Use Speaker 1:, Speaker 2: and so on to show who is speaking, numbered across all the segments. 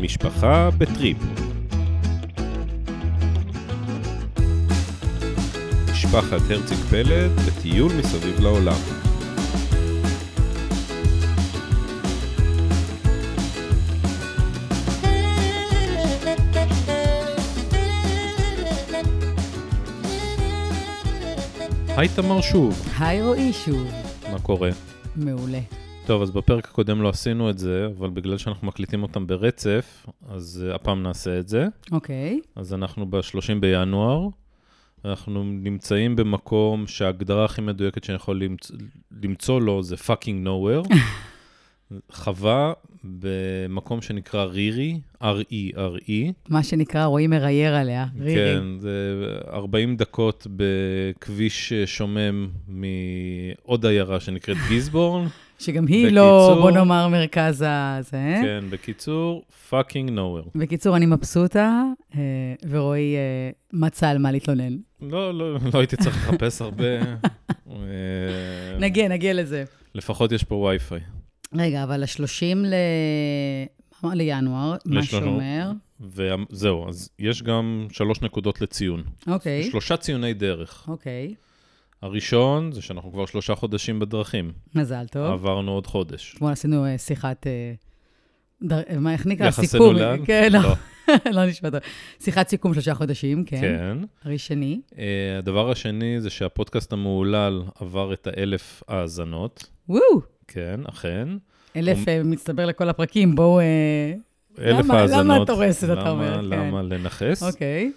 Speaker 1: משפחה בטריפ. משפחת הרציג פלד בטיול מסביב לעולם. היי תמר שוב,
Speaker 2: היי רועי שוב.
Speaker 1: מה קורה?
Speaker 2: מעולה.
Speaker 1: טוב, אז בפרק הקודם לא עשינו את זה, אבל בגלל שאנחנו מקליטים אותם ברצף, אז אה, הפעם נעשה את זה.
Speaker 2: אוקיי.
Speaker 1: אז אנחנו ב-30 בינואר, אנחנו נמצאים במקום שההגדרה הכי מדויקת שאני יכול למצוא, למצוא לו זה fucking nowhere. חווה במקום שנקרא רירי, E R-E-R-E.
Speaker 2: מה שנקרא, רועי מרייר עליה. רירי.
Speaker 1: כן, זה 40 דקות בכביש אה, שומם מעוד עיירה שנקראת גיסבורן.
Speaker 2: שגם היא לא,
Speaker 1: בקיצור-
Speaker 2: בוא נאמר, מרכז ה... זה.
Speaker 1: כן, בקיצור, fucking nowhere.
Speaker 2: בקיצור, אני מבסוטה, אה, ורועי אה, מצא על מה להתלונן.
Speaker 1: לא, לא, לא הייתי צריך לחפש הרבה. אה,
Speaker 2: נגיע, נגיע לזה.
Speaker 1: לפחות יש פה וי-פיי.
Speaker 2: רגע, אבל ה-30 ל... מה, לינואר, מה
Speaker 1: יש לנו-
Speaker 2: שאומר.
Speaker 1: וזהו, אז יש גם שלוש נקודות לציון.
Speaker 2: אוקיי.
Speaker 1: שלושה ציוני דרך.
Speaker 2: אוקיי,
Speaker 1: הראשון זה שאנחנו כבר שלושה חודשים בדרכים.
Speaker 2: מזל טוב.
Speaker 1: עברנו עוד חודש.
Speaker 2: אתמול עשינו אה, שיחת... אה, דר- אה, מה, איך נקרא?
Speaker 1: יחסנו
Speaker 2: סיכום.
Speaker 1: לאן?
Speaker 2: כן,
Speaker 1: לא.
Speaker 2: לא, לא נשמע טוב. שיחת סיכום שלושה חודשים, כן.
Speaker 1: כן.
Speaker 2: ראשוני.
Speaker 1: אה, הדבר השני זה שהפודקאסט המהולל עבר את האלף האזנות.
Speaker 2: וואו!
Speaker 1: כן, אכן.
Speaker 2: אלף אה, מצטבר לכל הפרקים, בואו... אה,
Speaker 1: אלף
Speaker 2: למה-
Speaker 1: האזנות.
Speaker 2: למה את הורסת, אתה
Speaker 1: למה-
Speaker 2: אומר, כן.
Speaker 1: למה לנכס?
Speaker 2: אוקיי.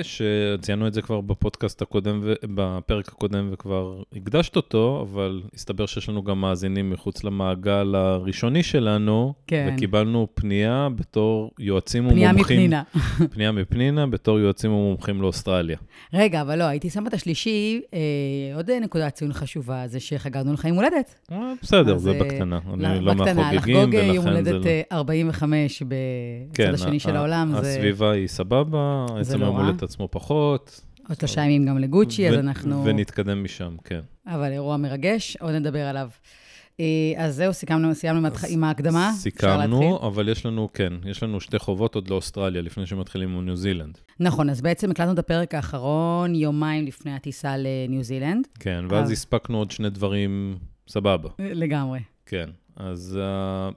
Speaker 1: ושציינו את זה כבר בפודקאסט הקודם, ו... בפרק הקודם וכבר הקדשת אותו, אבל הסתבר שיש לנו גם מאזינים מחוץ למעגל הראשוני שלנו,
Speaker 2: כן.
Speaker 1: וקיבלנו פנייה בתור יועצים
Speaker 2: פנייה
Speaker 1: ומומחים.
Speaker 2: מפנינה.
Speaker 1: פנייה מפנינה, בתור יועצים ומומחים לאוסטרליה.
Speaker 2: רגע, אבל לא, הייתי שמה את השלישי, אה, עוד נקודת ציון חשובה, זה שחגגנו לך יום הולדת.
Speaker 1: אה, בסדר,
Speaker 2: אז,
Speaker 1: זה
Speaker 2: אה,
Speaker 1: בקטנה. אני
Speaker 2: לא,
Speaker 1: לא
Speaker 2: בקטנה,
Speaker 1: מהחוגגים,
Speaker 2: לחגוג אה, יום
Speaker 1: ולכן זה
Speaker 2: הולדת
Speaker 1: לא... כן,
Speaker 2: אה, 45 בצד השני של
Speaker 1: ה-
Speaker 2: העולם, זה
Speaker 1: הסביבה היא סבבה, עצם
Speaker 2: לא
Speaker 1: היום
Speaker 2: רע.
Speaker 1: הולדת עצמו פחות.
Speaker 2: עוד שלושה ימים גם לגוצ'י, אז
Speaker 1: ו-
Speaker 2: אנחנו...
Speaker 1: ונתקדם משם, כן.
Speaker 2: אבל אירוע מרגש, עוד נדבר עליו. אה, אז זהו, סיכמנו, סיימנו עם ההתח- עם ההקדמה. אפשר להתחיל?
Speaker 1: סיכמנו, אבל יש לנו, כן, יש לנו שתי חובות עוד לאוסטרליה, לפני שמתחילים עם ניו זילנד.
Speaker 2: נכון, אז בעצם הקלטנו את הפרק האחרון יומיים לפני הטיסה לניו זילנד.
Speaker 1: כן, ואז
Speaker 2: אה.
Speaker 1: הספקנו עוד שני דברים סבבה.
Speaker 2: לגמרי.
Speaker 1: כן, אז אה,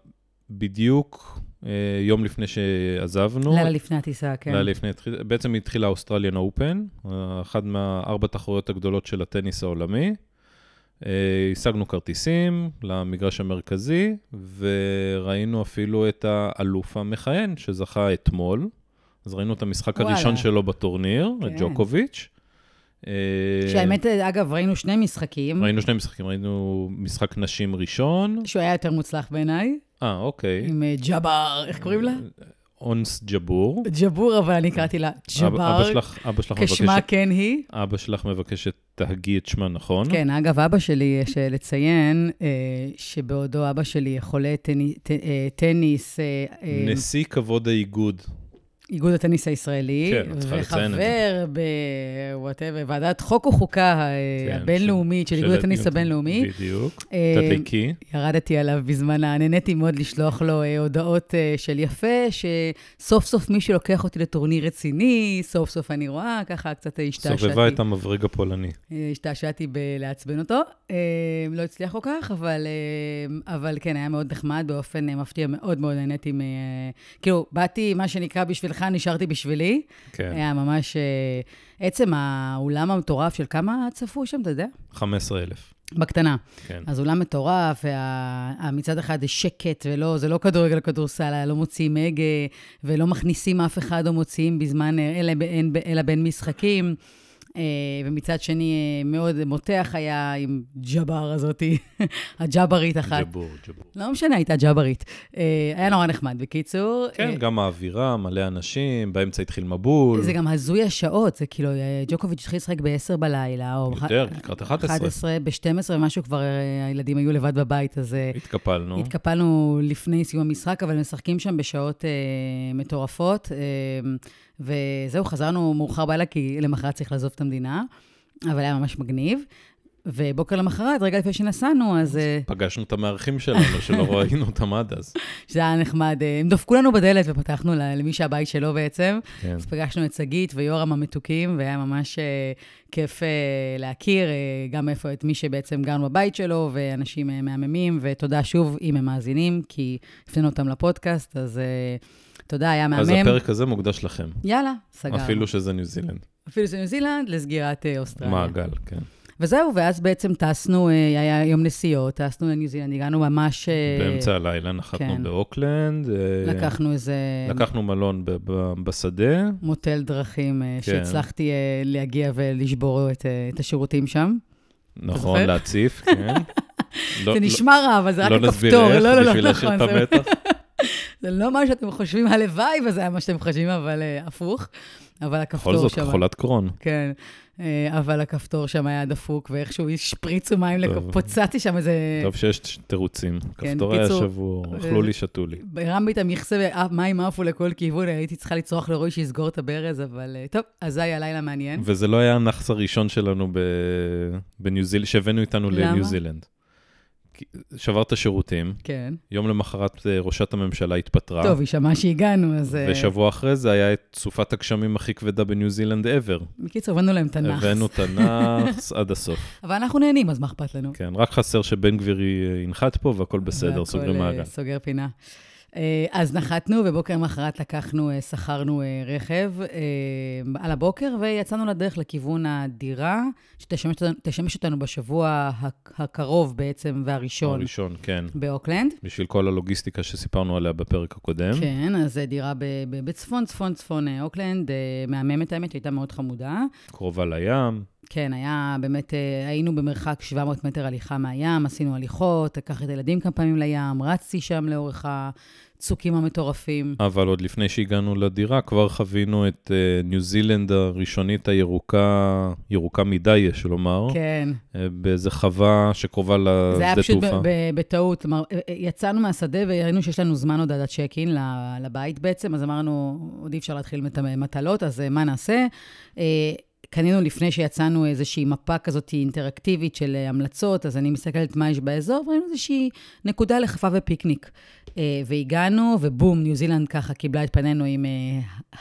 Speaker 1: בדיוק אה, יום לפני שעזבנו,
Speaker 2: לילה לפני הטיסה, כן.
Speaker 1: לא. לילה לפני, התחיל- בעצם התחילה האוסטרליאן אופן, אחת מהארבע תחרויות הגדולות של הטניס העולמי. אה, השגנו כרטיסים למגרש המרכזי, וראינו אפילו את האלוף המכהן שזכה אתמול. אז ראינו את המשחק
Speaker 2: וואלה.
Speaker 1: הראשון שלו בטורניר, את
Speaker 2: כן.
Speaker 1: ג'וקוביץ'. אה,
Speaker 2: שהאמת, אגב, ראינו שני משחקים,
Speaker 1: ראינו שני משחקים, ראינו משחק נשים ראשון.
Speaker 2: שהוא היה יותר מוצלח בעיניי,
Speaker 1: אה, אוקיי.
Speaker 2: עם אה, ג'אבר, איך קוראים לה?
Speaker 1: אונס ג'בור.
Speaker 2: ג'בור, אבל אני קראתי לה
Speaker 1: אבא
Speaker 2: ג'אבר,
Speaker 1: אבא שלך- אבא שלך מבקש
Speaker 2: כשמה כן היא.
Speaker 1: אבא שלך מבקש שתהגי את שמה נכון.
Speaker 2: כן, אגב, אבא שלי, יש אה, לציין אה, שבעודו אבא שלי חולה טני- ט- אה, טניס, אה, אה,
Speaker 1: נשיא כבוד האיגוד.
Speaker 2: איגוד הטניס הישראלי,
Speaker 1: כן, את צריכה לציין את זה.
Speaker 2: וחבר בוואטאבר, ועדת חוק וחוקה אה,
Speaker 1: כן,
Speaker 2: הבינלאומית, של איגוד הטניס הבינלאומי.
Speaker 1: בדיוק.
Speaker 2: אה,
Speaker 1: תתליקי.
Speaker 2: ירדתי עליו בזמן, ה- נהניתי מאוד לשלוח לו אה, הודעות אה, של יפה, שסוף סוף מישהו לוקח אותי לטורניר רציני, סוף סוף אני רואה, ככה קצת השתעשעתי.
Speaker 1: סובבה את המברג הפולני.
Speaker 2: אה, השתעשעתי בלעצבן אותו. אה, לא הצליח כל כך, אבל, אה, אבל כן, היה מאוד נחמד, באופן אה, מפתיע מאוד מאוד נהניתי מ... אה, כאילו, באתי, מה שנקרא, בשבילך, נשארתי בשבילי.
Speaker 1: כן,
Speaker 2: היה ממש... אה, עצם האולם המטורף של כמה צפו שם, אתה יודע?
Speaker 1: 15,000.
Speaker 2: בקטנה.
Speaker 1: כן.
Speaker 2: אז אולם מטורף, וה- ה- מצד אחד זה שקט, ולא, זה לא כדורגל כדורסל, לא מוציאים הגה, ולא מכניסים אף אחד או מוציאים בזמן, אה, אלא, ב- אין- אלא בין משחקים. אה, ומצד שני, אה, מאוד מותח היה עם ג'אבר הזאתי, הג'אברית אחת.
Speaker 1: ג'בור, ג'בור.
Speaker 2: לא משנה, הייתה ג'אברית. אה, היה נורא נחמד, בקיצור.
Speaker 1: כן,
Speaker 2: אה,
Speaker 1: גם האווירה, מלא אנשים, באמצע התחיל מבול.
Speaker 2: זה גם הזוי השעות, זה כאילו, אה, ג'וקוביץ' התחיל לשחק ב-10 בלילה, או...
Speaker 1: יותר, לקראת 11.
Speaker 2: 11, ב-12 ומשהו כבר אה, הילדים היו לבד בבית, אז... אה,
Speaker 1: התקפלנו.
Speaker 2: התקפלנו לפני סיום המשחק, אבל משחקים שם בשעות אה, מטורפות, אה, וזהו, חזרנו מאוחר בלילה, כי למחרת צריך לעזוב את המדינה, אבל היה ממש מגניב. ובוקר למחרת, רגע לפני שנסענו, אז... אה,
Speaker 1: פגשנו את המארחים שלנו, שלא ראינו אותם עד אז.
Speaker 2: שזה היה נחמד. אה, הם דפקו לנו בדלת ופתחנו ל- למי שהבית שלו בעצם.
Speaker 1: כן.
Speaker 2: אז פגשנו את שגית ויורם המתוקים, והיה ממש אה, כיף אה, להכיר אה, גם איפה את מי שבעצם גרנו בבית שלו, ואנשים אה, מהממים, ותודה שוב אם הם מאזינים, כי הפנינו אותם לפודקאסט, אז אה, תודה, היה מהמם.
Speaker 1: אז הפרק הזה מוקדש לכם,
Speaker 2: יאללה, סגרנו.
Speaker 1: אפילו שזה ניו זילנד.
Speaker 2: אפילו זה ניו זילנד לסגירת אה, אוסטרליה.
Speaker 1: מעגל, כן.
Speaker 2: וזהו, ואז בעצם טסנו, אה, היה יום נסיעות, טסנו לניו זילנד, הגענו ממש... אה,
Speaker 1: באמצע הלילה נחתנו
Speaker 2: כן.
Speaker 1: באוקלנד. אה,
Speaker 2: לקחנו איזה
Speaker 1: לקחנו מלון ב- ב- בשדה.
Speaker 2: מוטל דרכים, אה,
Speaker 1: כן.
Speaker 2: שהצלחתי אה, להגיע ולשבור את, אה, את השירותים שם.
Speaker 1: נכון,
Speaker 2: זוכר?
Speaker 1: להציף, כן. לא-
Speaker 2: זה
Speaker 1: לא-
Speaker 2: נשמע רע, אבל זה רק
Speaker 1: לא
Speaker 2: הכפתור.
Speaker 1: נסביר איך, בשביל להשאיר את
Speaker 2: נכון, זה-
Speaker 1: המתח.
Speaker 2: זה לא מה שאתם חושבים, הלוואי וזה היה מה שאתם חושבים, אבל אה, הפוך. אבל
Speaker 1: בכל
Speaker 2: הכפתור
Speaker 1: זאת,
Speaker 2: שם...
Speaker 1: חולת קרון.
Speaker 2: כן, אה, אבל הכפתור שם היה דפוק, ואיכשהו השפריצו מים, לכ-
Speaker 1: טוב.
Speaker 2: פוצצתי שם איזה...
Speaker 1: טוב שיש ש- תירוצים.
Speaker 2: כן,
Speaker 1: כפתור היה
Speaker 2: בקיצור,
Speaker 1: שבור,
Speaker 2: אה,
Speaker 1: אכלו לי, שתו לי.
Speaker 2: הרמתי את המכסה ומים עפו לכל כיוון, אה, הייתי צריכה לצרוח לרועי שיסגור את הברז, אבל אה, טוב, אז זה היה לילה מעניין.
Speaker 1: וזה לא היה הנאחס הראשון שלנו ב... בניו זילנד, שהבאנו איתנו
Speaker 2: למה?
Speaker 1: לניו זילנד. כי- שברת שירותים,
Speaker 2: כן.
Speaker 1: יום למחרת אה, ראשת הממשלה התפטרה.
Speaker 2: טוב, היא שמעה שהגענו, אז... אה,
Speaker 1: ושבוע אחרי זה היה את סופת הגשמים הכי כבדה בניו זילנד ever.
Speaker 2: אה, בקיצור, הבאנו להם תנ"ך.
Speaker 1: הבאנו את הנאחס עד הסוף.
Speaker 2: אבל אנחנו נהנים, אז מה אכפת לנו?
Speaker 1: כן, רק חסר שבן גביר י- ינחת פה והכל בסדר,
Speaker 2: והכל,
Speaker 1: סוגרים
Speaker 2: אה,
Speaker 1: מעגל.
Speaker 2: סוגר פינה. אה, אז נחתנו, ובוקר למחרת לקחנו, אה, שכרנו אה, רכב אה, על הבוקר, ויצאנו לדרך לכיוון הדירה, שתשמש אותנו- תשמש אותנו בשבוע הק- הקרוב בעצם, והראשון,
Speaker 1: הראשון, כן.
Speaker 2: באוקלנד.
Speaker 1: בשביל כל הלוגיסטיקה שסיפרנו עליה בפרק הקודם.
Speaker 2: כן, אז אה, דירה ב- ב- בצפון, צפון, צפון אה, אוקלנד, אה, מהממת האמת, הייתה מאוד חמודה.
Speaker 1: קרובה לים,
Speaker 2: כן, היה באמת, אה, היינו במרחק 700 מטר הליכה מהים, עשינו הליכות, לקח את הילדים כמה פעמים לים, רצתי שם לאורך הצוקים המטורפים.
Speaker 1: אבל עוד לפני שהגענו לדירה, כבר חווינו את אה, ניו זילנד הראשונית הירוקה, ירוקה מדי, יש לומר,
Speaker 2: כן,
Speaker 1: אה, באיזה חווה שקרובה
Speaker 2: זה היה
Speaker 1: לשדה
Speaker 2: פשוט ב-
Speaker 1: אה, תעופה.
Speaker 2: ב- בטעות. כלומר, אה, אה, יצאנו מהשדה וראינו שיש לנו זמן עוד עד הצ'ק אין ל- לבית בעצם, אז אמרנו, עוד אי אפשר להתחיל את המטלות, אז אה, מה נעשה? אה, קנינו לפני שיצאנו איזושהי מפה כזאת אינטראקטיבית של אה, המלצות, אז אני מסתכלת מה יש באזור, וראינו איזושהי נקודה לחפה ופיקניק. אה, והגענו, ובום, ניו זילנד ככה קיבלה את פנינו עם אה,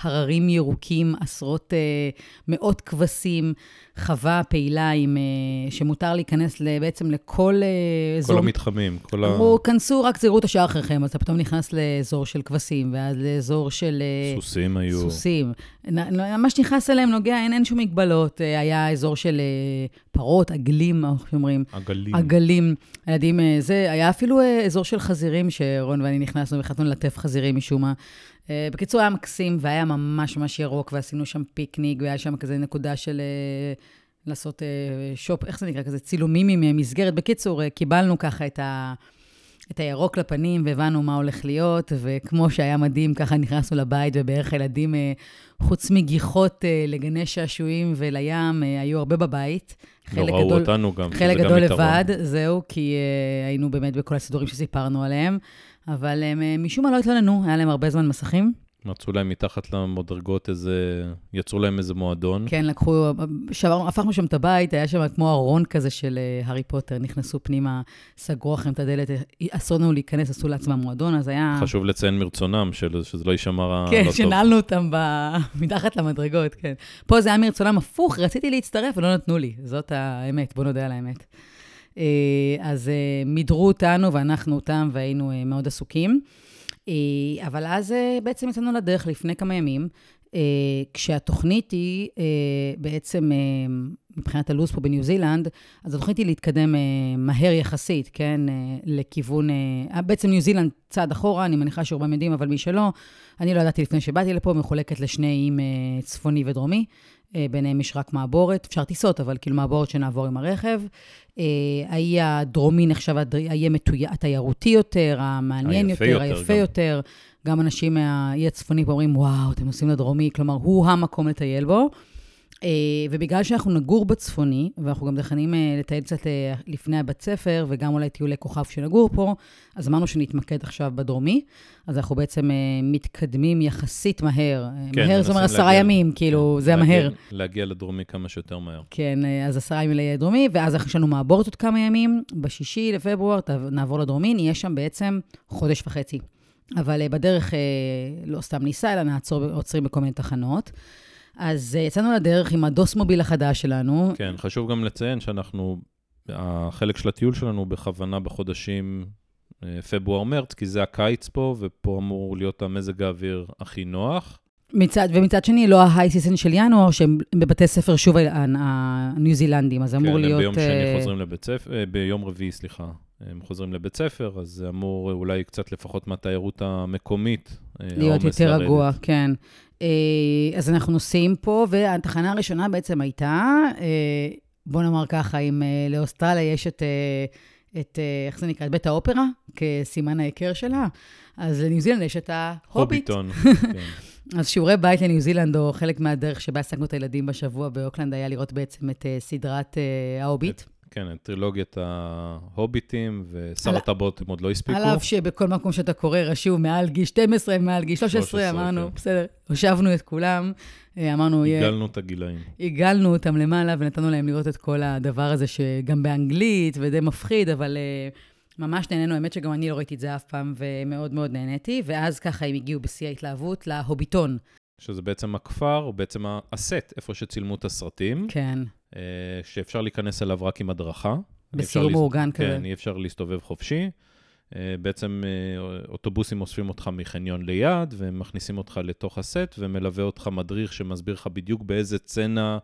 Speaker 2: הררים ירוקים, עשרות, אה, מאות כבשים, חווה פעילה עם, אה, שמותר להיכנס ל- בעצם לכל אה,
Speaker 1: כל
Speaker 2: אזור.
Speaker 1: המתחמים, כל ה...
Speaker 2: אמרו, כנסו, רק תסגרו את השער אחריכם, אז אתה פתאום נכנס לאזור של כבשים, ואז לאזור של... אה,
Speaker 1: סוסים היו.
Speaker 2: סוסים. נ- נ- ממש נכנס אליהם, נוגע, אין, אין שום מגבלות. אה, היה אזור של אה, פרות, עגלים, מה שאומרים.
Speaker 1: עגלים.
Speaker 2: עגלים, הילדים, אה, זה, היה אפילו אה, אזור של חזירים, שרון ואני נכנסנו והחלטנו ללטף חזירים משום מה. אה, בקיצור, היה מקסים, והיה ממש ממש ירוק, ועשינו שם פיקניק, והיה שם כזה נקודה של אה, לעשות אה, שופ, איך זה נקרא? כזה צילומים עם אה, מסגרת. בקיצור, אה, קיבלנו ככה את ה... את הירוק לפנים, והבנו מה הולך להיות, וכמו שהיה מדהים, ככה נכנסנו לבית, ובערך הילדים, אה, חוץ מגיחות אה, לגני שעשועים ולים, אה, היו הרבה בבית.
Speaker 1: לא
Speaker 2: חלק
Speaker 1: ראו
Speaker 2: גדול-
Speaker 1: אותנו גם,
Speaker 2: חלק
Speaker 1: שזה גם
Speaker 2: גדול
Speaker 1: יתרון.
Speaker 2: לבד, זהו, כי uh, היינו באמת בכל הסידורים שסיפרנו עליהם, אבל הם uh, משום מה לא התלוננו, היה להם הרבה זמן מסכים.
Speaker 1: מצאו להם מתחת למדרגות איזה... יצרו להם איזה מועדון.
Speaker 2: כן, לקחו, שברנו, הפכנו שם את הבית, היה שם כמו ארון כזה של uh, הארי פוטר, נכנסו פנימה, סגרו אחריהם את הדלת, אסור לנו להיכנס, עשו לעצמם מועדון, אז היה...
Speaker 1: חשוב לציין מרצונם, של- שזה לא יישמע רע- לא
Speaker 2: כן,
Speaker 1: טוב.
Speaker 2: שנעלנו אותם ב... מתחת למדרגות, כן. פה זה היה מרצונם הפוך, רציתי להצטרף ולא נתנו לי. זאת האמת, בוא נודה על האמת. אה, אז אה, מידרו אותנו ואנחנו אותם והיינו אה, מאוד עסוקים. אה, אבל אז אה, בעצם יצאנו לדרך לפני כמה ימים, אה, כשהתוכנית היא אה, בעצם, אה, מבחינת הלו"ז פה בניו זילנד, אז התוכנית היא להתקדם אה, מהר יחסית, כן? אה, לכיוון... אה, בעצם ניו זילנד צעד אחורה, אני מניחה שרובם יודעים, אבל מי שלא, אני לא ידעתי לפני שבאתי לפה, מחולקת לשני איים אה, צפוני ודרומי. אה, ביניהם יש רק מעבורת, אפשר טיסות, אבל כאילו מעבורת שנעבור עם הרכב. אה, האי הדרומי נחשב הדר- האי המתוי- התיירותי יותר, המעניין
Speaker 1: היפה
Speaker 2: יותר,
Speaker 1: יותר
Speaker 2: היפה
Speaker 1: גם.
Speaker 2: יותר. גם אנשים מהאי הצפוני פה אומרים, וואו, אתם נוסעים לדרומי, כלומר, הוא המקום לטייל בו. אה, ובגלל שאנחנו נגור בצפוני, ואנחנו גם מתכננים אה, לטייל קצת אה, לפני הבית ספר, וגם אולי טיולי כוכב שנגור פה, אז אמרנו שנתמקד עכשיו בדרומי, אז אנחנו בעצם אה, מתקדמים יחסית מהר.
Speaker 1: כן,
Speaker 2: כן, מהר זה
Speaker 1: מנסים
Speaker 2: אומר עשרה
Speaker 1: להגיע- כן,
Speaker 2: ימים, כאילו, זה
Speaker 1: להגיע-
Speaker 2: מהר.
Speaker 1: להגיע לדרומי כמה שיותר מהר.
Speaker 2: כן, אה, אז עשרה ימים ליהיה דרומי, ואז יש לנו מעבורת עוד כמה ימים, בשישי לפברואר ת- נעבור לדרומי, נהיה שם בעצם חודש וחצי. אבל אה, בדרך אה, לא סתם ניסע, אלא נעצור, עוצרים בכל מיני תחנות. אז אה, יצאנו לדרך עם הדוס מוביל החדש שלנו.
Speaker 1: כן, חשוב גם לציין שאנחנו, החלק של הטיול שלנו הוא בכוונה בחודשים אה, פברואר-מרץ, כי זה הקיץ פה, ופה אמור להיות המזג האוויר הכי נוח.
Speaker 2: מצד, ומצד שני, לא ההיי סיסן של ינואר, שהם בבתי ספר שוב אה, ה- ה- הניו זילנדים, אז אמור
Speaker 1: כן,
Speaker 2: להיות...
Speaker 1: הם ביום
Speaker 2: אה,
Speaker 1: שני חוזרים לבית ספר, אה, ביום רביעי, סליחה, הם חוזרים לבית ספר, אז זה אמור אה, אולי קצת לפחות מהתיירות המקומית. אה,
Speaker 2: להיות
Speaker 1: העומס
Speaker 2: יותר
Speaker 1: לרדת.
Speaker 2: רגוע, כן. אה, אז אנחנו נוסעים פה, והתחנה הראשונה בעצם הייתה, אה, בוא נאמר ככה, אם אה, לאוסטרליה יש את, אה, את, אה, איך זה נקרא, את בית האופרה, כסימן ההיכר שלה, אז לניו זילנד יש את ההוביט.
Speaker 1: הוביטון. כן.
Speaker 2: אז שיעורי בית לניו זילנד, או חלק מהדרך שבה עסקנו את הילדים בשבוע באוקלנד, היה לראות בעצם את אה, סדרת אה, ההוביט.
Speaker 1: כן, טרילוגיית ההוביטים, ושר
Speaker 2: על-
Speaker 1: הטבעות הם עוד לא הספיקו.
Speaker 2: על אף שבכל מקום שאתה קורא רשום מעל גיל 12, מעל גיל 13,
Speaker 1: 13,
Speaker 2: אמרנו,
Speaker 1: כן.
Speaker 2: בסדר, הושבנו את כולם, אה, אמרנו, יהיה...
Speaker 1: הגלנו את הגילאים.
Speaker 2: עיגלנו אותם למעלה ונתנו להם לראות את כל הדבר הזה, שגם באנגלית ודי מפחיד, אבל uh, ממש נהנינו. האמת שגם אני לא ראיתי את זה אף פעם, ומאוד מאוד נהניתי. ואז ככה הם הגיעו בשיא ההתלהבות להוביטון.
Speaker 1: שזה בעצם הכפר, או בעצם הסט, איפה שצילמו את הסרטים,
Speaker 2: כן,
Speaker 1: אה, שאפשר להיכנס אליו רק עם הדרכה. אי אפשר
Speaker 2: בסיור
Speaker 1: להס-
Speaker 2: מאורגן כזה.
Speaker 1: כן, אי אפשר להסתובב חופשי. אה, בעצם אה, אוטובוסים אוספים אותך מחניון ליד, ומכניסים אותך לתוך הסט, ומלווה אותך מדריך שמסביר לך בדיוק באיזה צנה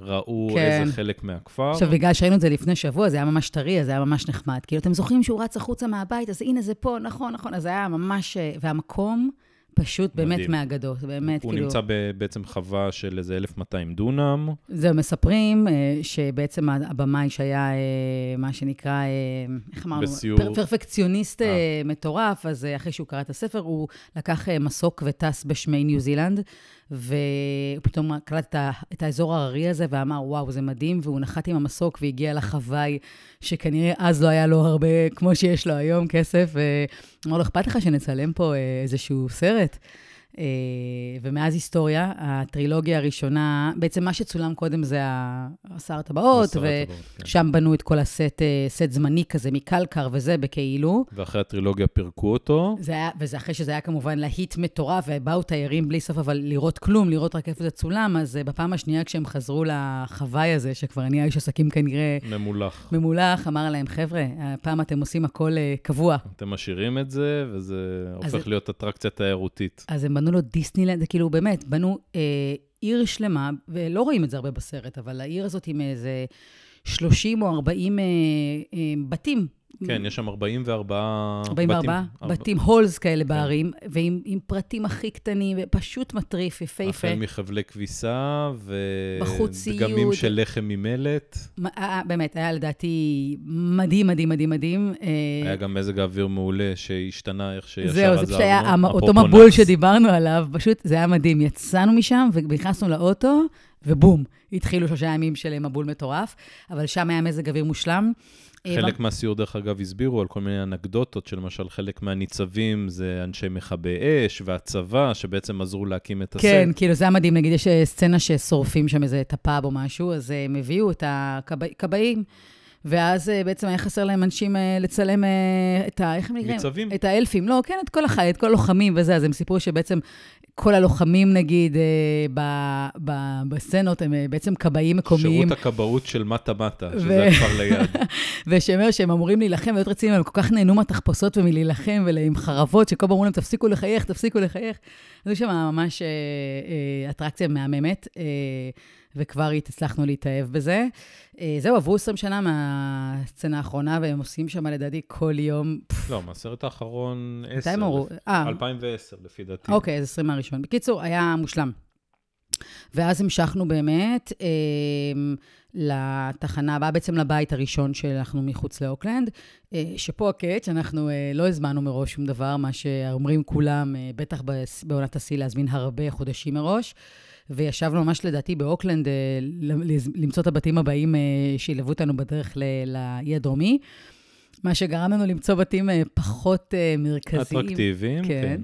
Speaker 1: ראו
Speaker 2: כן.
Speaker 1: איזה חלק מהכפר.
Speaker 2: עכשיו, בגלל שראינו את זה לפני שבוע, זה היה ממש טרי, אז זה היה ממש נחמד. כאילו, אתם זוכרים שהוא רץ החוצה מהבית, אז הנה זה פה, נכון, נכון, אז זה היה ממש... אה, והמקום פשוט באמת
Speaker 1: מדהים.
Speaker 2: מהאגדות, באמת,
Speaker 1: הוא
Speaker 2: כאילו...
Speaker 1: נמצא ב- בעצם חווה של איזה 1,200 דונם.
Speaker 2: זהו, מספרים אה, שבעצם הבמאי שהיה, אה, מה שנקרא, אה, איך אמרנו?
Speaker 1: בסיור.
Speaker 2: פר- פרפקציוניסט
Speaker 1: אה.
Speaker 2: אה, מטורף, אז אה, אחרי שהוא קרא את הספר, הוא לקח אה, מסוק וטס בשמי ניו זילנד, והוא פתאום קלט את ה- את האזור ההררי הזה ואמר, וואו, זה מדהים, והוא נחת עם המסוק והגיע לחוואי, שכנראה אז לא היה לו הרבה, כמו שיש לו היום, כסף, ואמר לו, אכפת לך שנצלם פה אה, איזשהו סרט? אה, ומאז היסטוריה, הטרילוגיה הראשונה, בעצם מה שצולם קודם זה ה- עשר הטבעות,
Speaker 1: עשר הטבעות, כן.
Speaker 2: ושם בנו את כל הסט, אה, סט זמני כזה מקלקר וזה, בכאילו.
Speaker 1: ואחרי הטרילוגיה פירקו אותו.
Speaker 2: זה היה, וזה אחרי שזה היה כמובן להיט מטורף, ובאו תיירים בלי סוף, אבל לראות כלום, לראות רק איפה זה צולם, אז אה, בפעם השנייה כשהם חזרו לחוואי הזה, שכבר נהיה איש עסקים כנראה
Speaker 1: ממולח.
Speaker 2: ממולח, אמר להם, חבר'ה, הפעם אתם עושים הכל אה, קבוע.
Speaker 1: אתם משאירים את זה, וזה
Speaker 2: אז-
Speaker 1: הופך להיות אטרקציה תיירותית.
Speaker 2: אז הם בנו לו דיסנילנד, זה כאילו באמת, בנו אה, עיר שלמה, ולא רואים את זה הרבה בסרט, אבל העיר הזאת עם איזה 30 או 40 אה, אה, בתים.
Speaker 1: כן, יש שם 44
Speaker 2: 44
Speaker 1: בתים. כן.
Speaker 2: בתים, הולס כאלה בערים, ועם עם פרטים הכי קטנים, ופשוט מטריף, יפהפה.
Speaker 1: החל מחבלי כביסה,
Speaker 2: בחוץ
Speaker 1: ודגמים
Speaker 2: ציוד.
Speaker 1: של לחם ממלט.
Speaker 2: מה- אה, באמת, היה לדעתי מדהים, מדהים, מדהים, מדהים. אה,
Speaker 1: היה גם מזג האוויר מעולה שהשתנה איך שישר
Speaker 2: זהו, זה
Speaker 1: עזרנו.
Speaker 2: פשוט היה המ- אותו
Speaker 1: אפרופו
Speaker 2: מבול
Speaker 1: נאס.
Speaker 2: שדיברנו עליו, פשוט זה היה מדהים. יצאנו משם ונכנסנו לאוטו, ובום, התחילו שלושה ימים של אה, מבול מטורף, אבל שם היה מזג אוויר מושלם. אה,
Speaker 1: חלק מהסיור, דרך אגב, הסבירו על כל מיני אנקדוטות, שלמשל חלק מהניצבים זה אנשי מכבי אש והצבא, שבעצם עזרו להקים את הסט.
Speaker 2: כן, כאילו, זה היה מדהים. נגיד, יש אה, סצנה ששורפים שם איזה את הפאב או משהו, אז אה, הם הביאו את הכבאים, ואז אה, בעצם היה חסר להם אנשים אה, לצלם אה, את ה... איך הם נקראים?
Speaker 1: ניצבים.
Speaker 2: את האלפים. לא, כן, את כל החי... את כל הלוחמים וזה. אז הם סיפרו שבעצם כל הלוחמים, נגיד, אה, ב... ב... בסצנות, הם אה, בעצם כבאים מקומיים.
Speaker 1: שירות הכבאות של מטה-מטה,
Speaker 2: ו-
Speaker 1: שזה הכפר ליד.
Speaker 2: ושאומר שהם אמורים להילחם ולהיות רציניים, הם כל כך נהנו מהתחפושות ומלהילחם ועם חרבות, שכל פעם אמרו להם, תפסיקו לחייך, תפסיקו לחייך. אז יש שם ממש אה, אה, אטרקציה מהממת, אה, וכבר הת- הצלחנו להתאהב בזה. אה, זהו, עברו 20 שנה מהסצנה האחרונה, והם עושים שם לדעתי כל יום... פפ,
Speaker 1: לא, מהסרט האחרון, 10.
Speaker 2: מתי הם אמרו? אה,
Speaker 1: 2010, לפי דעתי.
Speaker 2: אוקיי, אז 20 מהראשון. בקיצור, היה מושלם. ואז המשכנו באמת אה, לתחנה הבאה, בעצם לבית הראשון שאנחנו מחוץ לאוקלנד, אה, שפה הקאץ', אנחנו אה, לא הזמנו מראש שום דבר, מה שאומרים כולם, אה, בטח בס- בעונת השיא, להזמין הרבה חודשים מראש. וישבנו ממש לדעתי באוקלנד אה, ל- לז- למצוא את הבתים הבאים אה, שילוו אותנו בדרך ל- לאי הדרומי, מה שגרם לנו למצוא בתים אה, פחות אה, מרכזיים.
Speaker 1: אטרקטיביים, כן.
Speaker 2: כן.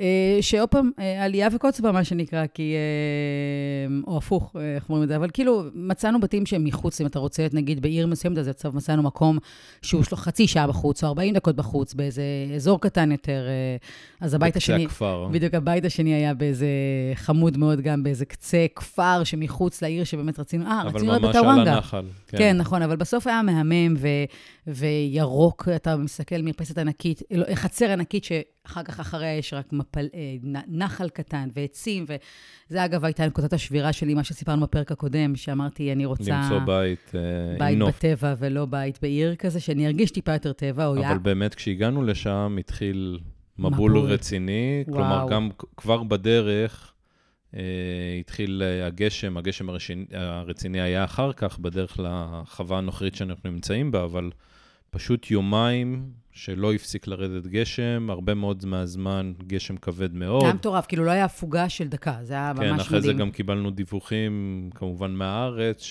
Speaker 2: אה, שעוד פעם, אה, עלייה וקוץ בה, מה שנקרא, כי... אה, או הפוך, אה, איך אומרים את זה? אבל כאילו, מצאנו בתים שהם מחוץ, אם אתה רוצה להיות נגיד בעיר מסוימת, אז עכשיו מצאנו מקום שהוא יש לו חצי שעה בחוץ, או 40 דקות בחוץ, באיזה אזור קטן יותר. אה, אז הבית
Speaker 1: בקצה
Speaker 2: השני...
Speaker 1: הכפר.
Speaker 2: בדיוק, הבית השני היה באיזה חמוד מאוד גם, באיזה קצה כפר שמחוץ לעיר שבאמת רצינו, אה,
Speaker 1: אבל
Speaker 2: רצינו להיות
Speaker 1: ממש על
Speaker 2: בטוואנגה.
Speaker 1: הנחל.
Speaker 2: כן. כן, נכון, אבל בסוף היה מהמם ו, וירוק, אתה מסתכל, מרפסת ענקית, לא, חצר ענקית שאחר כך אחריה יש רק מפל, אה, נ- נחל קטן ועצים, וזה אגב הייתה נקודת השבירה שלי, מה שסיפרנו בפרק הקודם, שאמרתי, אני רוצה
Speaker 1: למצוא בית אה,
Speaker 2: בית
Speaker 1: עם נוף.
Speaker 2: בטבע ולא בית בעיר כזה, שאני ארגיש טיפה יותר טבע, או
Speaker 1: אבל
Speaker 2: יער.
Speaker 1: באמת, כשהגענו לשם, התחיל מבול
Speaker 2: מבול.
Speaker 1: רציני. כלומר,
Speaker 2: וואו.
Speaker 1: גם כבר בדרך אה, התחיל אה, הגשם, הגשם הרשיני- הרציני היה אחר כך, בדרך לחווה הנוכרית שאנחנו נמצאים בה, אבל פשוט יומיים שלא הפסיק לרדת גשם, הרבה מאוד מהזמן גשם כבד מאוד.
Speaker 2: זה היה מטורף, כאילו לא היה הפוגה של דקה, זה היה ממש מדהים.
Speaker 1: כן, אחרי זה גם קיבלנו דיווחים, כמובן מהארץ,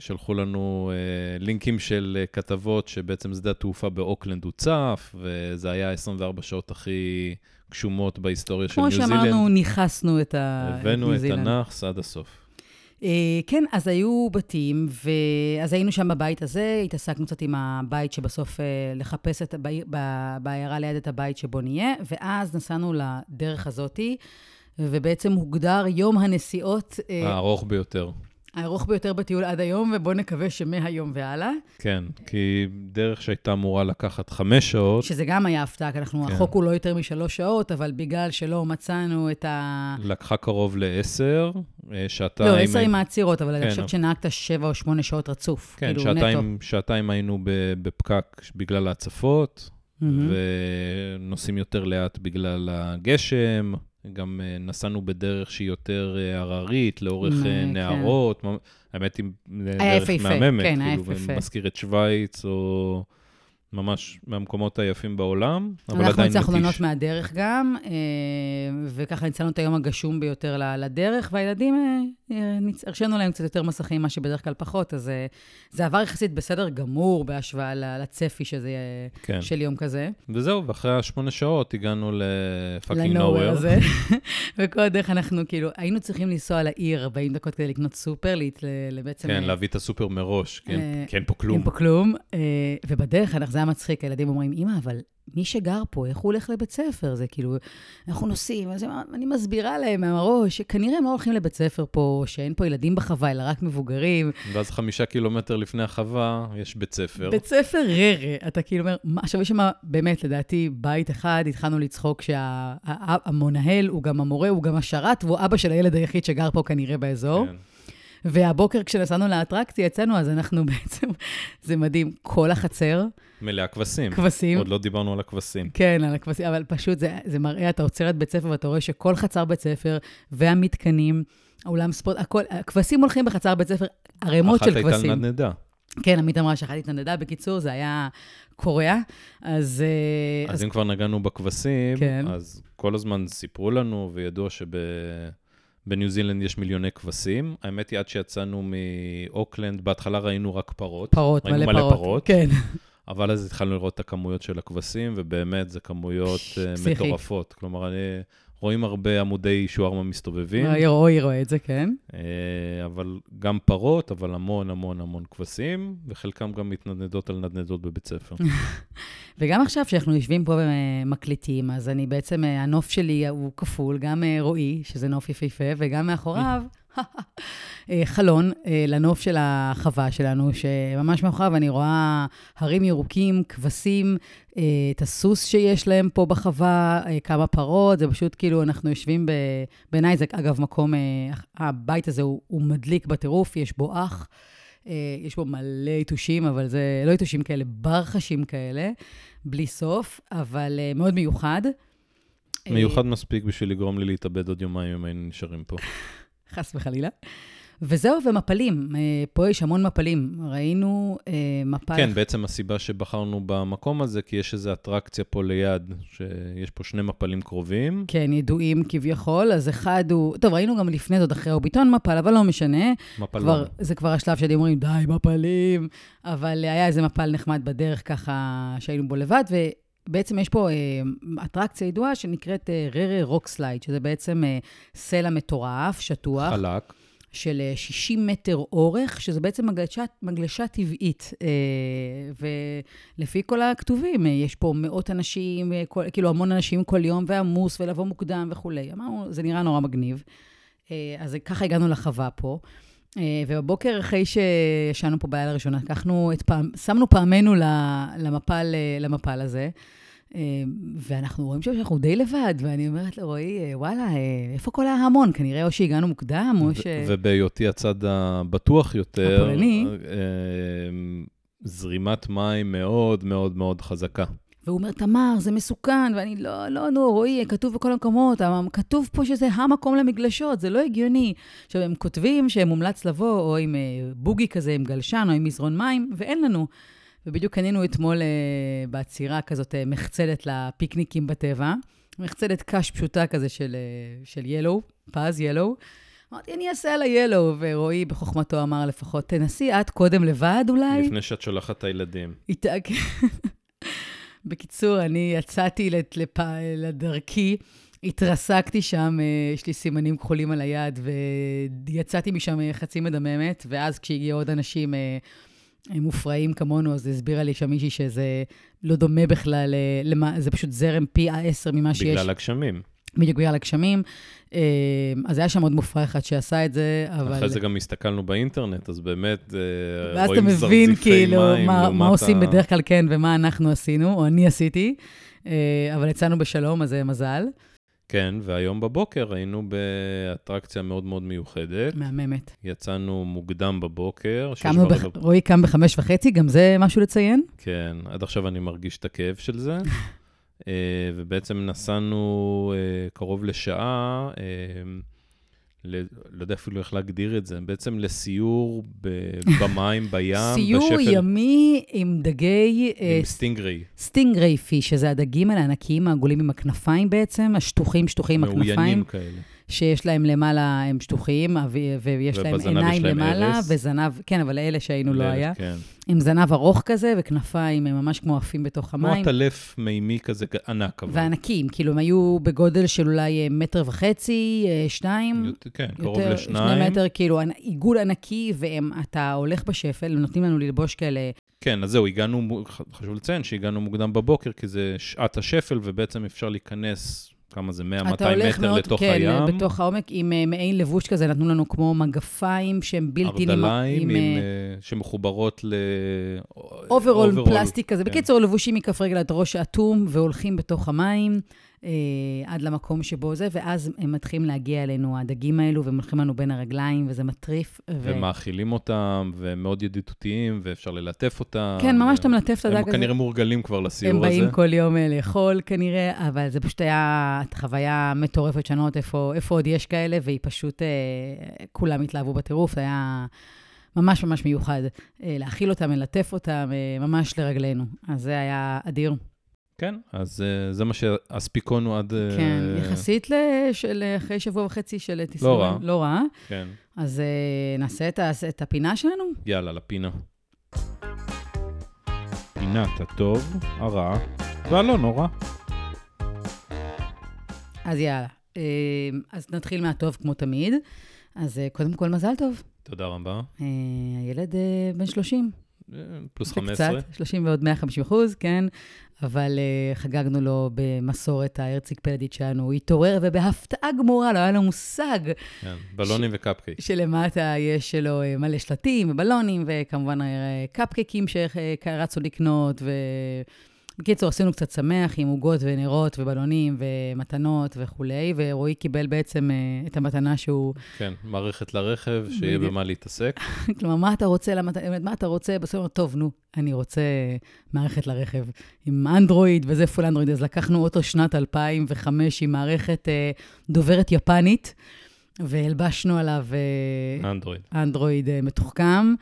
Speaker 1: ששלחו לנו אה, לינקים של אה, כתבות שבעצם שדה התעופה באוקלנד הוצף, וזה היה 24 שעות הכי גשומות בהיסטוריה של
Speaker 2: כמו
Speaker 1: ניו זילנד.
Speaker 2: שאמרנו, ניכסנו את ה- את
Speaker 1: הבאנו
Speaker 2: ניו
Speaker 1: את
Speaker 2: זילנד.
Speaker 1: הנאחס עד הסוף.
Speaker 2: אה, כן, אז היו בתים, ואז היינו שם בבית הזה, התעסקנו קצת עם הבית שבסוף אה, לחפש את הבעיר- ב- בעיירה ליד את הבית שבו נהיה, ואז נסענו לדרך הזאתי, ובעצם הוגדר יום הנסיעות אה,
Speaker 1: הארוך ביותר.
Speaker 2: הארוך ביותר בטיול עד היום, ובואו נקווה שמהיום והלאה,
Speaker 1: כן, כי דרך שהייתה אמורה לקחת חמש שעות,
Speaker 2: שזה גם היה הפתעה, כי אנחנו,
Speaker 1: כן.
Speaker 2: החוק הוא לא יותר משלוש שעות, אבל בגלל שלא מצאנו את ה...
Speaker 1: לקחה קרוב לעשר, אה, שעתיים...
Speaker 2: לא, עשר עם העצירות, אבל
Speaker 1: כן,
Speaker 2: אני חושבת
Speaker 1: אבל-
Speaker 2: שנהגת שבע או שמונה שעות רצוף.
Speaker 1: כן,
Speaker 2: כאילו, נטו.
Speaker 1: שעתיים, שעתיים היינו ב- בפקק בגלל ההצפות.
Speaker 2: מהמם.
Speaker 1: ונוסעים יותר לאט בגלל הגשם. גם אה, נסענו בדרך שהיא יותר אה, הררית, לאורך
Speaker 2: מ-
Speaker 1: אה,
Speaker 2: כן.
Speaker 1: נהרות. ממ- האמת היא, זה דרך
Speaker 2: יפהפה,
Speaker 1: מהממת.
Speaker 2: כן, היה
Speaker 1: כאילו,
Speaker 2: יפהפה.
Speaker 1: מזכיר את שווייץ, או ממש מהמקומות היפים בעולם, אבל
Speaker 2: אנחנו
Speaker 1: עדיין
Speaker 2: הצלחנו ליהנות
Speaker 1: מתיש.
Speaker 2: מהדרך גם, אה, וככה ניצלנו את היום הגשום ביותר ל- לדרך, והילדים, אה, אה, ניצ- הרשינו להם קצת יותר מסכים, מה שבדרך כלל פחות, אז אה, זה עבר יחסית בסדר גמור בהשוואה ל- לצפי שזה יהיה
Speaker 1: כן.
Speaker 2: של יום כזה.
Speaker 1: וזהו, ואחרי השמונה שעות הגענו לפאקינג
Speaker 2: לנוהוור
Speaker 1: נוואר.
Speaker 2: הזה. וכל הדרך אנחנו כאילו, היינו צריכים לנסוע לעיר 40 דקות כדי לקנות סופר, להת- ל- לבעצם...
Speaker 1: כן,
Speaker 2: אה,
Speaker 1: להביא את הסופר מראש, כי אין-
Speaker 2: אה,
Speaker 1: כי אין פה
Speaker 2: אין
Speaker 1: כלום.
Speaker 2: פה כלום. אה, ובדרך, אנחנו- זה היה מצחיק, הילדים אומרים, אמא, אבל מי שגר פה, איך הוא הולך לבית ספר? זה כאילו, אנחנו נוסעים, אז הם- אני מסבירה להם מהראש, שכנראה הם לא הולכים לבית ספר פה, שאין פה ילדים בחווה, אלא רק מבוגרים.
Speaker 1: ואז חמישה קילומטר לפני החווה, יש בית ספר.
Speaker 2: בית ספר ררה, אתה כאילו אומר, מה, עכשיו יש שם באמת, לדעתי, בית אחד, התחלנו לצחוק שהמנהל הוא גם המורה, הוא גם השרת, והוא אבא של הילד היחיד שגר פה כנראה באזור.
Speaker 1: כן.
Speaker 2: והבוקר כשנסענו לאטרקציה, יצאנו, אז אנחנו בעצם, זה מדהים, כל החצר,
Speaker 1: מלאה כבשים.
Speaker 2: כבשים.
Speaker 1: עוד לא דיברנו על הכבשים.
Speaker 2: כן, על הכבשים, אבל פשוט זה, זה מראה, אתה עוצר את בית ספר ואתה רואה שכל חצר בית ספר והמתקנים, האולם ספורט, הכל, הכבשים הולכים בחצר בית ספר, ערימות של
Speaker 1: אחת
Speaker 2: כבשים.
Speaker 1: הייתה נדנדה.
Speaker 2: כן, עמית אמרה שאחת התנדדה, בקיצור, זה היה קורע. אז... אה,
Speaker 1: אז אם כבר נגענו בכבשים,
Speaker 2: כן.
Speaker 1: אז כל הזמן סיפרו לנו, וידוע שבניו זילנד יש מיליוני כבשים. האמת היא, עד שיצאנו מאוקלנד, בהתחלה ראינו רק פרות.
Speaker 2: פרות,
Speaker 1: ראינו
Speaker 2: מלא פרות.
Speaker 1: מלא פרות.
Speaker 2: כן,
Speaker 1: אבל אז התחלנו לראות את הכמויות של הכבשים, ובאמת, זה כמויות אה,
Speaker 2: פסיכי.
Speaker 1: מטורפות. כלומר, אני... רואים הרבה עמודי שוארמה מסתובבים,
Speaker 2: רועי רואה את זה, כן.
Speaker 1: אה, אבל גם פרות, אבל המון המון המון כבשים, וחלקם גם מתנדנדות על נדנדות בבית ספר.
Speaker 2: וגם עכשיו, כשאנחנו יושבים פה ומקליטים, אז אני בעצם, אה, הנוף שלי הוא כפול, גם אה, רועי, שזה נוף יפהפה, וגם מאחוריו, אה, חלון אה, לנוף של החווה שלנו, שממש מאחוריו אני רואה הרים ירוקים, כבשים, אה, את הסוס שיש להם פה בחווה, אה, כמה פרות, זה פשוט כאילו, אנחנו יושבים ב... בעיניי זה, אגב, מקום, אה, הבית הזה הוא, הוא מדליק בטירוף, יש בו אח. אה, יש בו מלא יתושים, אבל זה לא יתושים כאלה, ברחשים כאלה, בלי סוף, אבל אה, מאוד מיוחד. אה,
Speaker 1: מיוחד מספיק בשביל לגרום לי להתאבד עוד יומיים אם היינו נשארים פה.
Speaker 2: חס וחלילה. וזהו, ומפלים. אה, פה יש המון מפלים. ראינו אה, מפל...
Speaker 1: כן, בעצם הסיבה שבחרנו במקום הזה, כי יש איזו אטרקציה פה ליד, שיש פה שני מפלים קרובים.
Speaker 2: כן, ידועים כביכול, אז אחד הוא... טוב, ראינו גם לפני זאת אחרי אורביטון מפל, אבל לא משנה.
Speaker 1: מפל לא.
Speaker 2: כבר,
Speaker 1: למה?
Speaker 2: זה כבר השלב שלי אומרים, די, מפלים. אבל היה איזה מפל נחמד בדרך ככה, שהיינו בו לבד, ובעצם יש פה אה, אטרקציה ידועה שנקראת אה, ררה רוקסלייד, שזה בעצם אה, סלע מטורף, שטוח.
Speaker 1: חלק.
Speaker 2: של אה, 60 מטר אורך, שזה בעצם מגלשה, מגלשה טבעית. אה, ולפי כל הכתובים, אה, יש פה מאות אנשים, אה, כל, כאילו המון אנשים כל יום, ועמוס, ולבוא מוקדם וכולי. אמרנו, זה נראה נורא מגניב. אה, אז ככה הגענו לחווה פה. אה, ובבוקר, אחרי שישנו פה בלילה הראשונה, לקחנו את פעם, שמנו פעמנו ל- למפל, אה, למפל הזה. אה, ואנחנו רואים שם שאנחנו די לבד, ואני אומרת לרועי, אה, וואלה, אה, איפה כל ההמון? כנראה או שהגענו מוקדם, או ש...
Speaker 1: ו- ובהיותי הצד הבטוח יותר,
Speaker 2: הפולני.
Speaker 1: אה, אה, זרימת מים מאוד מאוד מאוד חזקה.
Speaker 2: והוא אומר, תמר, זה מסוכן, ואני, לא, לא, נו, רועי, כתוב בכל המקומות, אבל כתוב פה שזה המקום למגלשות, זה לא הגיוני. עכשיו, הם כותבים שמומלץ לבוא, או עם אה, בוגי כזה, עם גלשן, או עם מזרון מים, ואין לנו. ובדיוק קנינו אתמול אה, בעצירה כזאת אה, מחצלת לפיקניקים בטבע, מחצלת קש פשוטה כזה של, אה, של ילו, פז ילו. אמרתי, אני אעשה על ה-Yellow", ורועי בחוכמתו אמר לפחות, תנסי את קודם לבד אולי.
Speaker 1: לפני שאת שולחת את הילדים.
Speaker 2: התעק... בקיצור, אני יצאתי לת- לפ... לדרכי, התרסקתי שם, אה, יש לי סימנים כחולים על היד, ויצאתי משם אה, חצי מדממת, ואז כשהגיעו עוד אנשים אה, אה, מופרעים כמונו, אז הסבירה לי שם מישהי שזה לא דומה בכלל, אה, למה... זה פשוט זרם פי העשר ממה שיש.
Speaker 1: בגלל הגשמים.
Speaker 2: בדיוק בגלל הגשמים. אה, אז היה שם עוד מופרע אחד שעשה את זה, אבל...
Speaker 1: אחרי זה גם הסתכלנו באינטרנט, אז באמת, אה,
Speaker 2: ואז אתה
Speaker 1: רואים
Speaker 2: מבין
Speaker 1: זרזיפי
Speaker 2: כאילו
Speaker 1: מים
Speaker 2: מה, מה
Speaker 1: לעומת
Speaker 2: עושים
Speaker 1: ה-
Speaker 2: בדרך כלל כן ומה אנחנו עשינו, או אני עשיתי, אה, אבל יצאנו בשלום, אז זה מזל.
Speaker 1: כן, והיום בבוקר היינו באטרקציה מאוד מאוד מיוחדת.
Speaker 2: מהממת.
Speaker 1: יצאנו מוקדם בבוקר. שש
Speaker 2: קמנו,
Speaker 1: ורבע-
Speaker 2: בח... רועי קם בחמש וחצי, גם זה משהו לציין?
Speaker 1: כן, עד עכשיו אני מרגיש את הכאב של זה. אה, ובעצם נסענו אה, קרוב לשעה, אה, ל- לא יודע אפילו איך להגדיר את זה, בעצם לסיור ב- במים, בים,
Speaker 2: סיור
Speaker 1: בשפל,
Speaker 2: ימי עם דגי אה,
Speaker 1: עם סטינגרי,
Speaker 2: סטינגרי פיש, שזה הדגים האלה הענקיים העגולים עם הכנפיים בעצם, השטוחים, שטוחים עם הכנפיים,
Speaker 1: מאוינים כאלה.
Speaker 2: שיש להם למעלה, הם שטוחים, ו- ויש להם
Speaker 1: ובזנב יש
Speaker 2: עיניים
Speaker 1: להם
Speaker 2: למעלה,
Speaker 1: ארס.
Speaker 2: וזנב, כן, אבל לאלה שהיינו לא
Speaker 1: לאלה,
Speaker 2: היה,
Speaker 1: כן.
Speaker 2: עם זנב ארוך כזה, וכנפיים, הם ממש כמו עפים בתוך
Speaker 1: כמו
Speaker 2: המים.
Speaker 1: עטלף מימי כזה ג- ענק, אבל.
Speaker 2: וענקים, כאילו הם היו בגודל של אולי אה, מטר וחצי, אה, שניים.
Speaker 1: יות- כן, קרוב
Speaker 2: יותר, שני
Speaker 1: לשניים.
Speaker 2: מטר, כאילו, ענ- עיגול ענקי, ואתה הולך בשפל, הם נותנים לנו ללבוש כאלה,
Speaker 1: כן, אז זהו, הגענו, מו- ח- חשוב לציין שהגענו מוקדם בבוקר, כי זה שעת השפל, ובעצם אפשר להיכנס, כמה זה, 100-200
Speaker 2: אתה הולך
Speaker 1: מטר
Speaker 2: מאוד,
Speaker 1: לתוך
Speaker 2: כן,
Speaker 1: הים.
Speaker 2: בתוך העומק, עם אה, מעין לבוש כזה, נתנו לנו כמו מגפיים שהם בלתי נמ-
Speaker 1: ארדליים עם,
Speaker 2: אה,
Speaker 1: אה, שמחוברות ל... אה,
Speaker 2: אוברול
Speaker 1: overall.
Speaker 2: פלסטיק כזה.
Speaker 1: כן.
Speaker 2: בקיצור, לבושים מכף רגל עד ראש אטום, והולכים בתוך המים אה, עד למקום שבו זה, ואז הם מתחילים להגיע אלינו, הדגים האלו, והם הולכים לנו בין הרגליים, וזה מטריף. ו-
Speaker 1: ומאכילים אותם, והם מאוד ידידותיים, ואפשר ללטף אותם.
Speaker 2: כן, ממש
Speaker 1: ו-
Speaker 2: אתה מלטף את הדג
Speaker 1: אה, הם
Speaker 2: הזה.
Speaker 1: כנראה מורגלים כבר
Speaker 2: הם
Speaker 1: לסיור הזה.
Speaker 2: באים כל יום אה, לאכול כנראה, אבל זה פשוט היה חוויה מטורפת שאני לא יודעת איפה, איפה עוד יש כאלה, והיא פשוט, אה, כולם התלהבו בטירוף, זה היה ממש ממש מיוחד. אה, להאכיל אותם, ללטף אותם, אה, ממש לרגלינו. אז זה היה אדיר.
Speaker 1: כן, אז אה, זה מה שהספיקונו עד... אה,
Speaker 2: כן, יחסית של אחרי שבוע וחצי של טיסה.
Speaker 1: לא רע.
Speaker 2: לא רע.
Speaker 1: כן,
Speaker 2: אז אה, נעשה את, ה- את הפינה שלנו?
Speaker 1: יאללה, לפינה. פינת הטוב, הרע והלא נורא.
Speaker 2: אז יאללה. אה, אז נתחיל מהטוב כמו תמיד. אז אה, קודם כל, מזל טוב.
Speaker 1: תודה רבה.
Speaker 2: אה, הילד אה, בן 30.
Speaker 1: אה, פלוס
Speaker 2: זה
Speaker 1: 15.
Speaker 2: קצת, 30 ועוד 150 אחוז, כן. אבל uh, חגגנו לו במסורת ההרציג פלדית שלנו. הוא התעורר ובהפתעה גמורה, לא היה לו מושג
Speaker 1: כן, בלונים וקפקייק.
Speaker 2: שלמטה יש לו אה, מלא שלטים ובלונים, וכמובן אה, קפקקים שרצו לקנות, ו... בקיצור, עשינו קצת שמח עם עוגות ונרות ובלונים ומתנות וכולי, ורועי קיבל בעצם אה, את המתנה שהוא...
Speaker 1: כן, מערכת לרכב, שיהיה
Speaker 2: בדיוק.
Speaker 1: במה להתעסק.
Speaker 2: כלומר, מה אתה רוצה? למה, אתה- מה אתה רוצה? בסוף הוא אומר, טוב, נו, אני רוצה מערכת לרכב עם אנדרואיד וזה פול אנדרואיד. אז לקחנו אוטו שנת 2005 עם מערכת אה, דוברת יפנית, והלבשנו עליו אה,
Speaker 1: אנדרואיד.
Speaker 2: אנדרואיד אה, מתוחכם,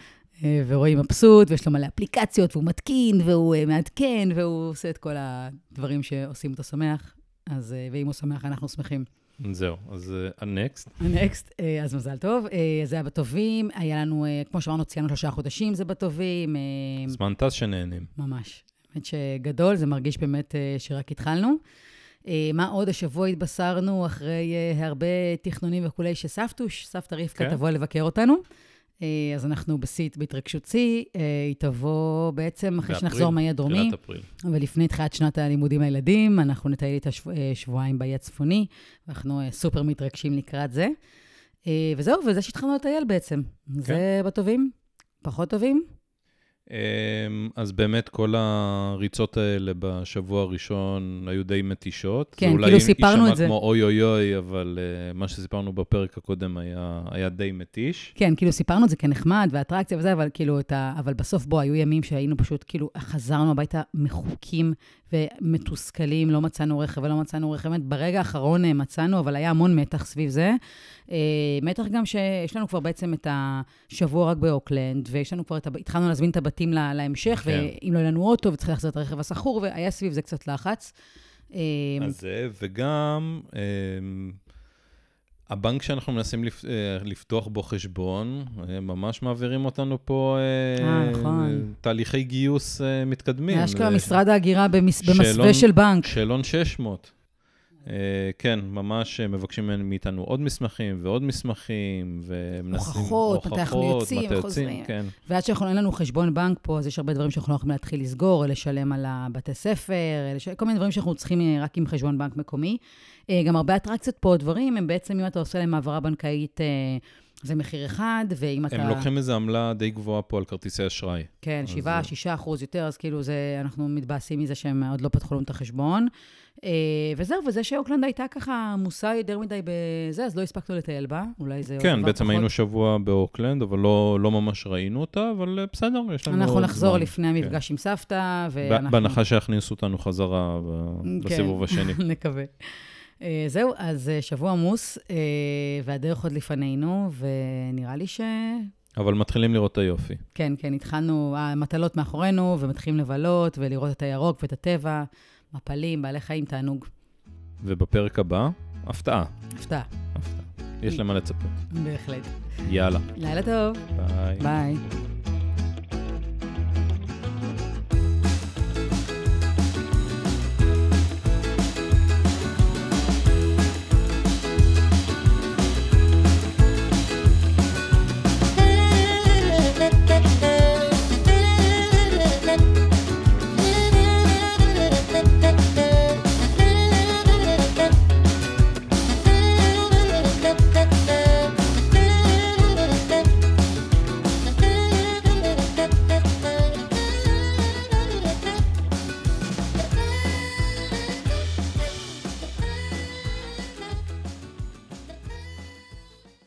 Speaker 2: אה, ורועי מבסוט, ויש לו מלא אפליקציות, והוא מתקין, והוא אה, מעדכן, והוא עושה את כל הדברים שעושים אותו שמח. אז, אה, ואם הוא שמח, אנחנו שמחים.
Speaker 1: זהו, אז אה, הנקסט.
Speaker 2: הנקסט, אה, אז מזל טוב. אה, זה היה בטובים, היה לנו, אה, כמו שאמרנו, ציינו שלושה חודשים, זה בטובים. אה,
Speaker 1: זמן טס שנהנים.
Speaker 2: ממש. האמת שגדול, זה מרגיש באמת אה, שרק התחלנו. אה, מה עוד השבוע התבשרנו אחרי אה, הרבה תכנונים וכולי, שסבתוש, סבתא רבקה
Speaker 1: כן.
Speaker 2: תבוא לבקר אותנו. אה, אז אנחנו בשיא, בהתרגשות שיא, אה, היא תבוא בעצם אחרי
Speaker 1: באפריל,
Speaker 2: שנחזור מהאי הדרומי,
Speaker 1: תחילת אפריל.
Speaker 2: ולפני תחילת שנת הלימודים לילדים, אנחנו נטייל איתה שבוע, אה, שבועיים באי הצפוני, ואנחנו אה, סופר מתרגשים לקראת זה. אה, וזהו, וזה שהתחלנו לטייל בעצם. זה בטובים, פחות טובים.
Speaker 1: אמ, אז באמת כל הריצות האלה בשבוע הראשון היו די מתישות.
Speaker 2: כן, כאילו סיפרנו
Speaker 1: זה. אולי
Speaker 2: את זה.
Speaker 1: יישמע כמו אוי אוי אוי, אבל אה, מה שסיפרנו בפרק הקודם היה- היה די מתיש.
Speaker 2: כן, כאילו סיפרנו את זה כנחמד, ואטרקציה וזה, אבל כאילו, את ה... אבל בסוף, בוא, היו ימים שהיינו פשוט, כאילו, חזרנו הביתה מחוקים ומתוסכלים, לא מצאנו רכב ולא מצאנו רכב. באמת, ברגע האחרון אה, מצאנו, אבל היה המון מתח סביב זה. אה, מתח גם שיש לנו כבר בעצם את השבוע רק באוקלנד, ויש לנו כבר את ה... התחלנו להזמין את הבתים לה, להמשך,
Speaker 1: כן.
Speaker 2: ואם לא יהיה לנו אוטו, וצריך להחזיר את הרכב הסחור, והיה סביב זה קצת לחץ. אה,
Speaker 1: אז זה, וגם אמ, הבנק שאנחנו מנסים לפ- אה, לפתוח בו חשבון, אה, ממש מעבירים אותנו פה אה,
Speaker 2: אה, נכון.
Speaker 1: תהליכי גיוס אה, מתקדמים.
Speaker 2: אשכרה
Speaker 1: זה-
Speaker 2: משרד ההגירה במס... במסווה
Speaker 1: שאלון-
Speaker 2: של בנק.
Speaker 1: שאלון 600. אה, כן, ממש אה, מבקשים ממנו- מאיתנו עוד מסמכים ועוד מסמכים, ומנסים...
Speaker 2: הוכחות, מתי אנחנו יוצאים,
Speaker 1: מתי
Speaker 2: חוזרים.
Speaker 1: כן.
Speaker 2: ועד שאנחנו, אין לנו חשבון בנק פה, אז יש הרבה דברים שאנחנו לא יכולים להתחיל לסגור, לשלם על הבתי ספר, לש... כל מיני דברים שאנחנו צריכים אה, רק עם חשבון בנק מקומי. אה, גם הרבה אטרקציות פה, דברים, הם בעצם, אם אתה עושה להם העברה בנקאית, אה, זה מחיר אחד, ואם אתה...
Speaker 1: הם לוקחים איזו עמלה די גבוהה פה על כרטיסי אשראי.
Speaker 2: כן,
Speaker 1: אז-
Speaker 2: 7, 6 אחוז יותר, אז כאילו זה, אנחנו מתבאסים מזה שהם עוד לא פתחו לנו את החשבון. אה, וזהו, וזה שאוקלנד הייתה ככה עמוסה יותר מדי בזה, אז לא הספקנו לטייל בה, אולי זה... עוד
Speaker 1: כן,
Speaker 2: דבר
Speaker 1: בעצם
Speaker 2: פחות-
Speaker 1: היינו שבוע באוקלנד, אבל לא לא ממש ראינו אותה, אבל אה, בסדר, יש לנו עוד
Speaker 2: אנחנו נחזור
Speaker 1: זמן. כן.
Speaker 2: לפני המפגש עם סבתא,
Speaker 1: ב-
Speaker 2: ואנחנו...
Speaker 1: בהנחה שיכניסו אותנו חזרה ב-
Speaker 2: כן.
Speaker 1: בסיבוב השני.
Speaker 2: נקווה. אה, זהו, אז אה, שבוע עמוס, אה, והדרך עוד לפנינו, ונראה לי ש...
Speaker 1: אבל מתחילים לראות את היופי.
Speaker 2: כן, כן, התחלנו, המטלות מאחורינו, ומתחילים לבלות, ולראות את הירוק ואת הטבע, מפלים, בעלי חיים, תענוג.
Speaker 1: ובפרק הבא, הפתעה.
Speaker 2: הפתעה,
Speaker 1: הפתעה. יש למה לצפות.
Speaker 2: בהחלט.
Speaker 1: יאללה,
Speaker 2: לילה טוב,
Speaker 1: ביי.
Speaker 2: ביי.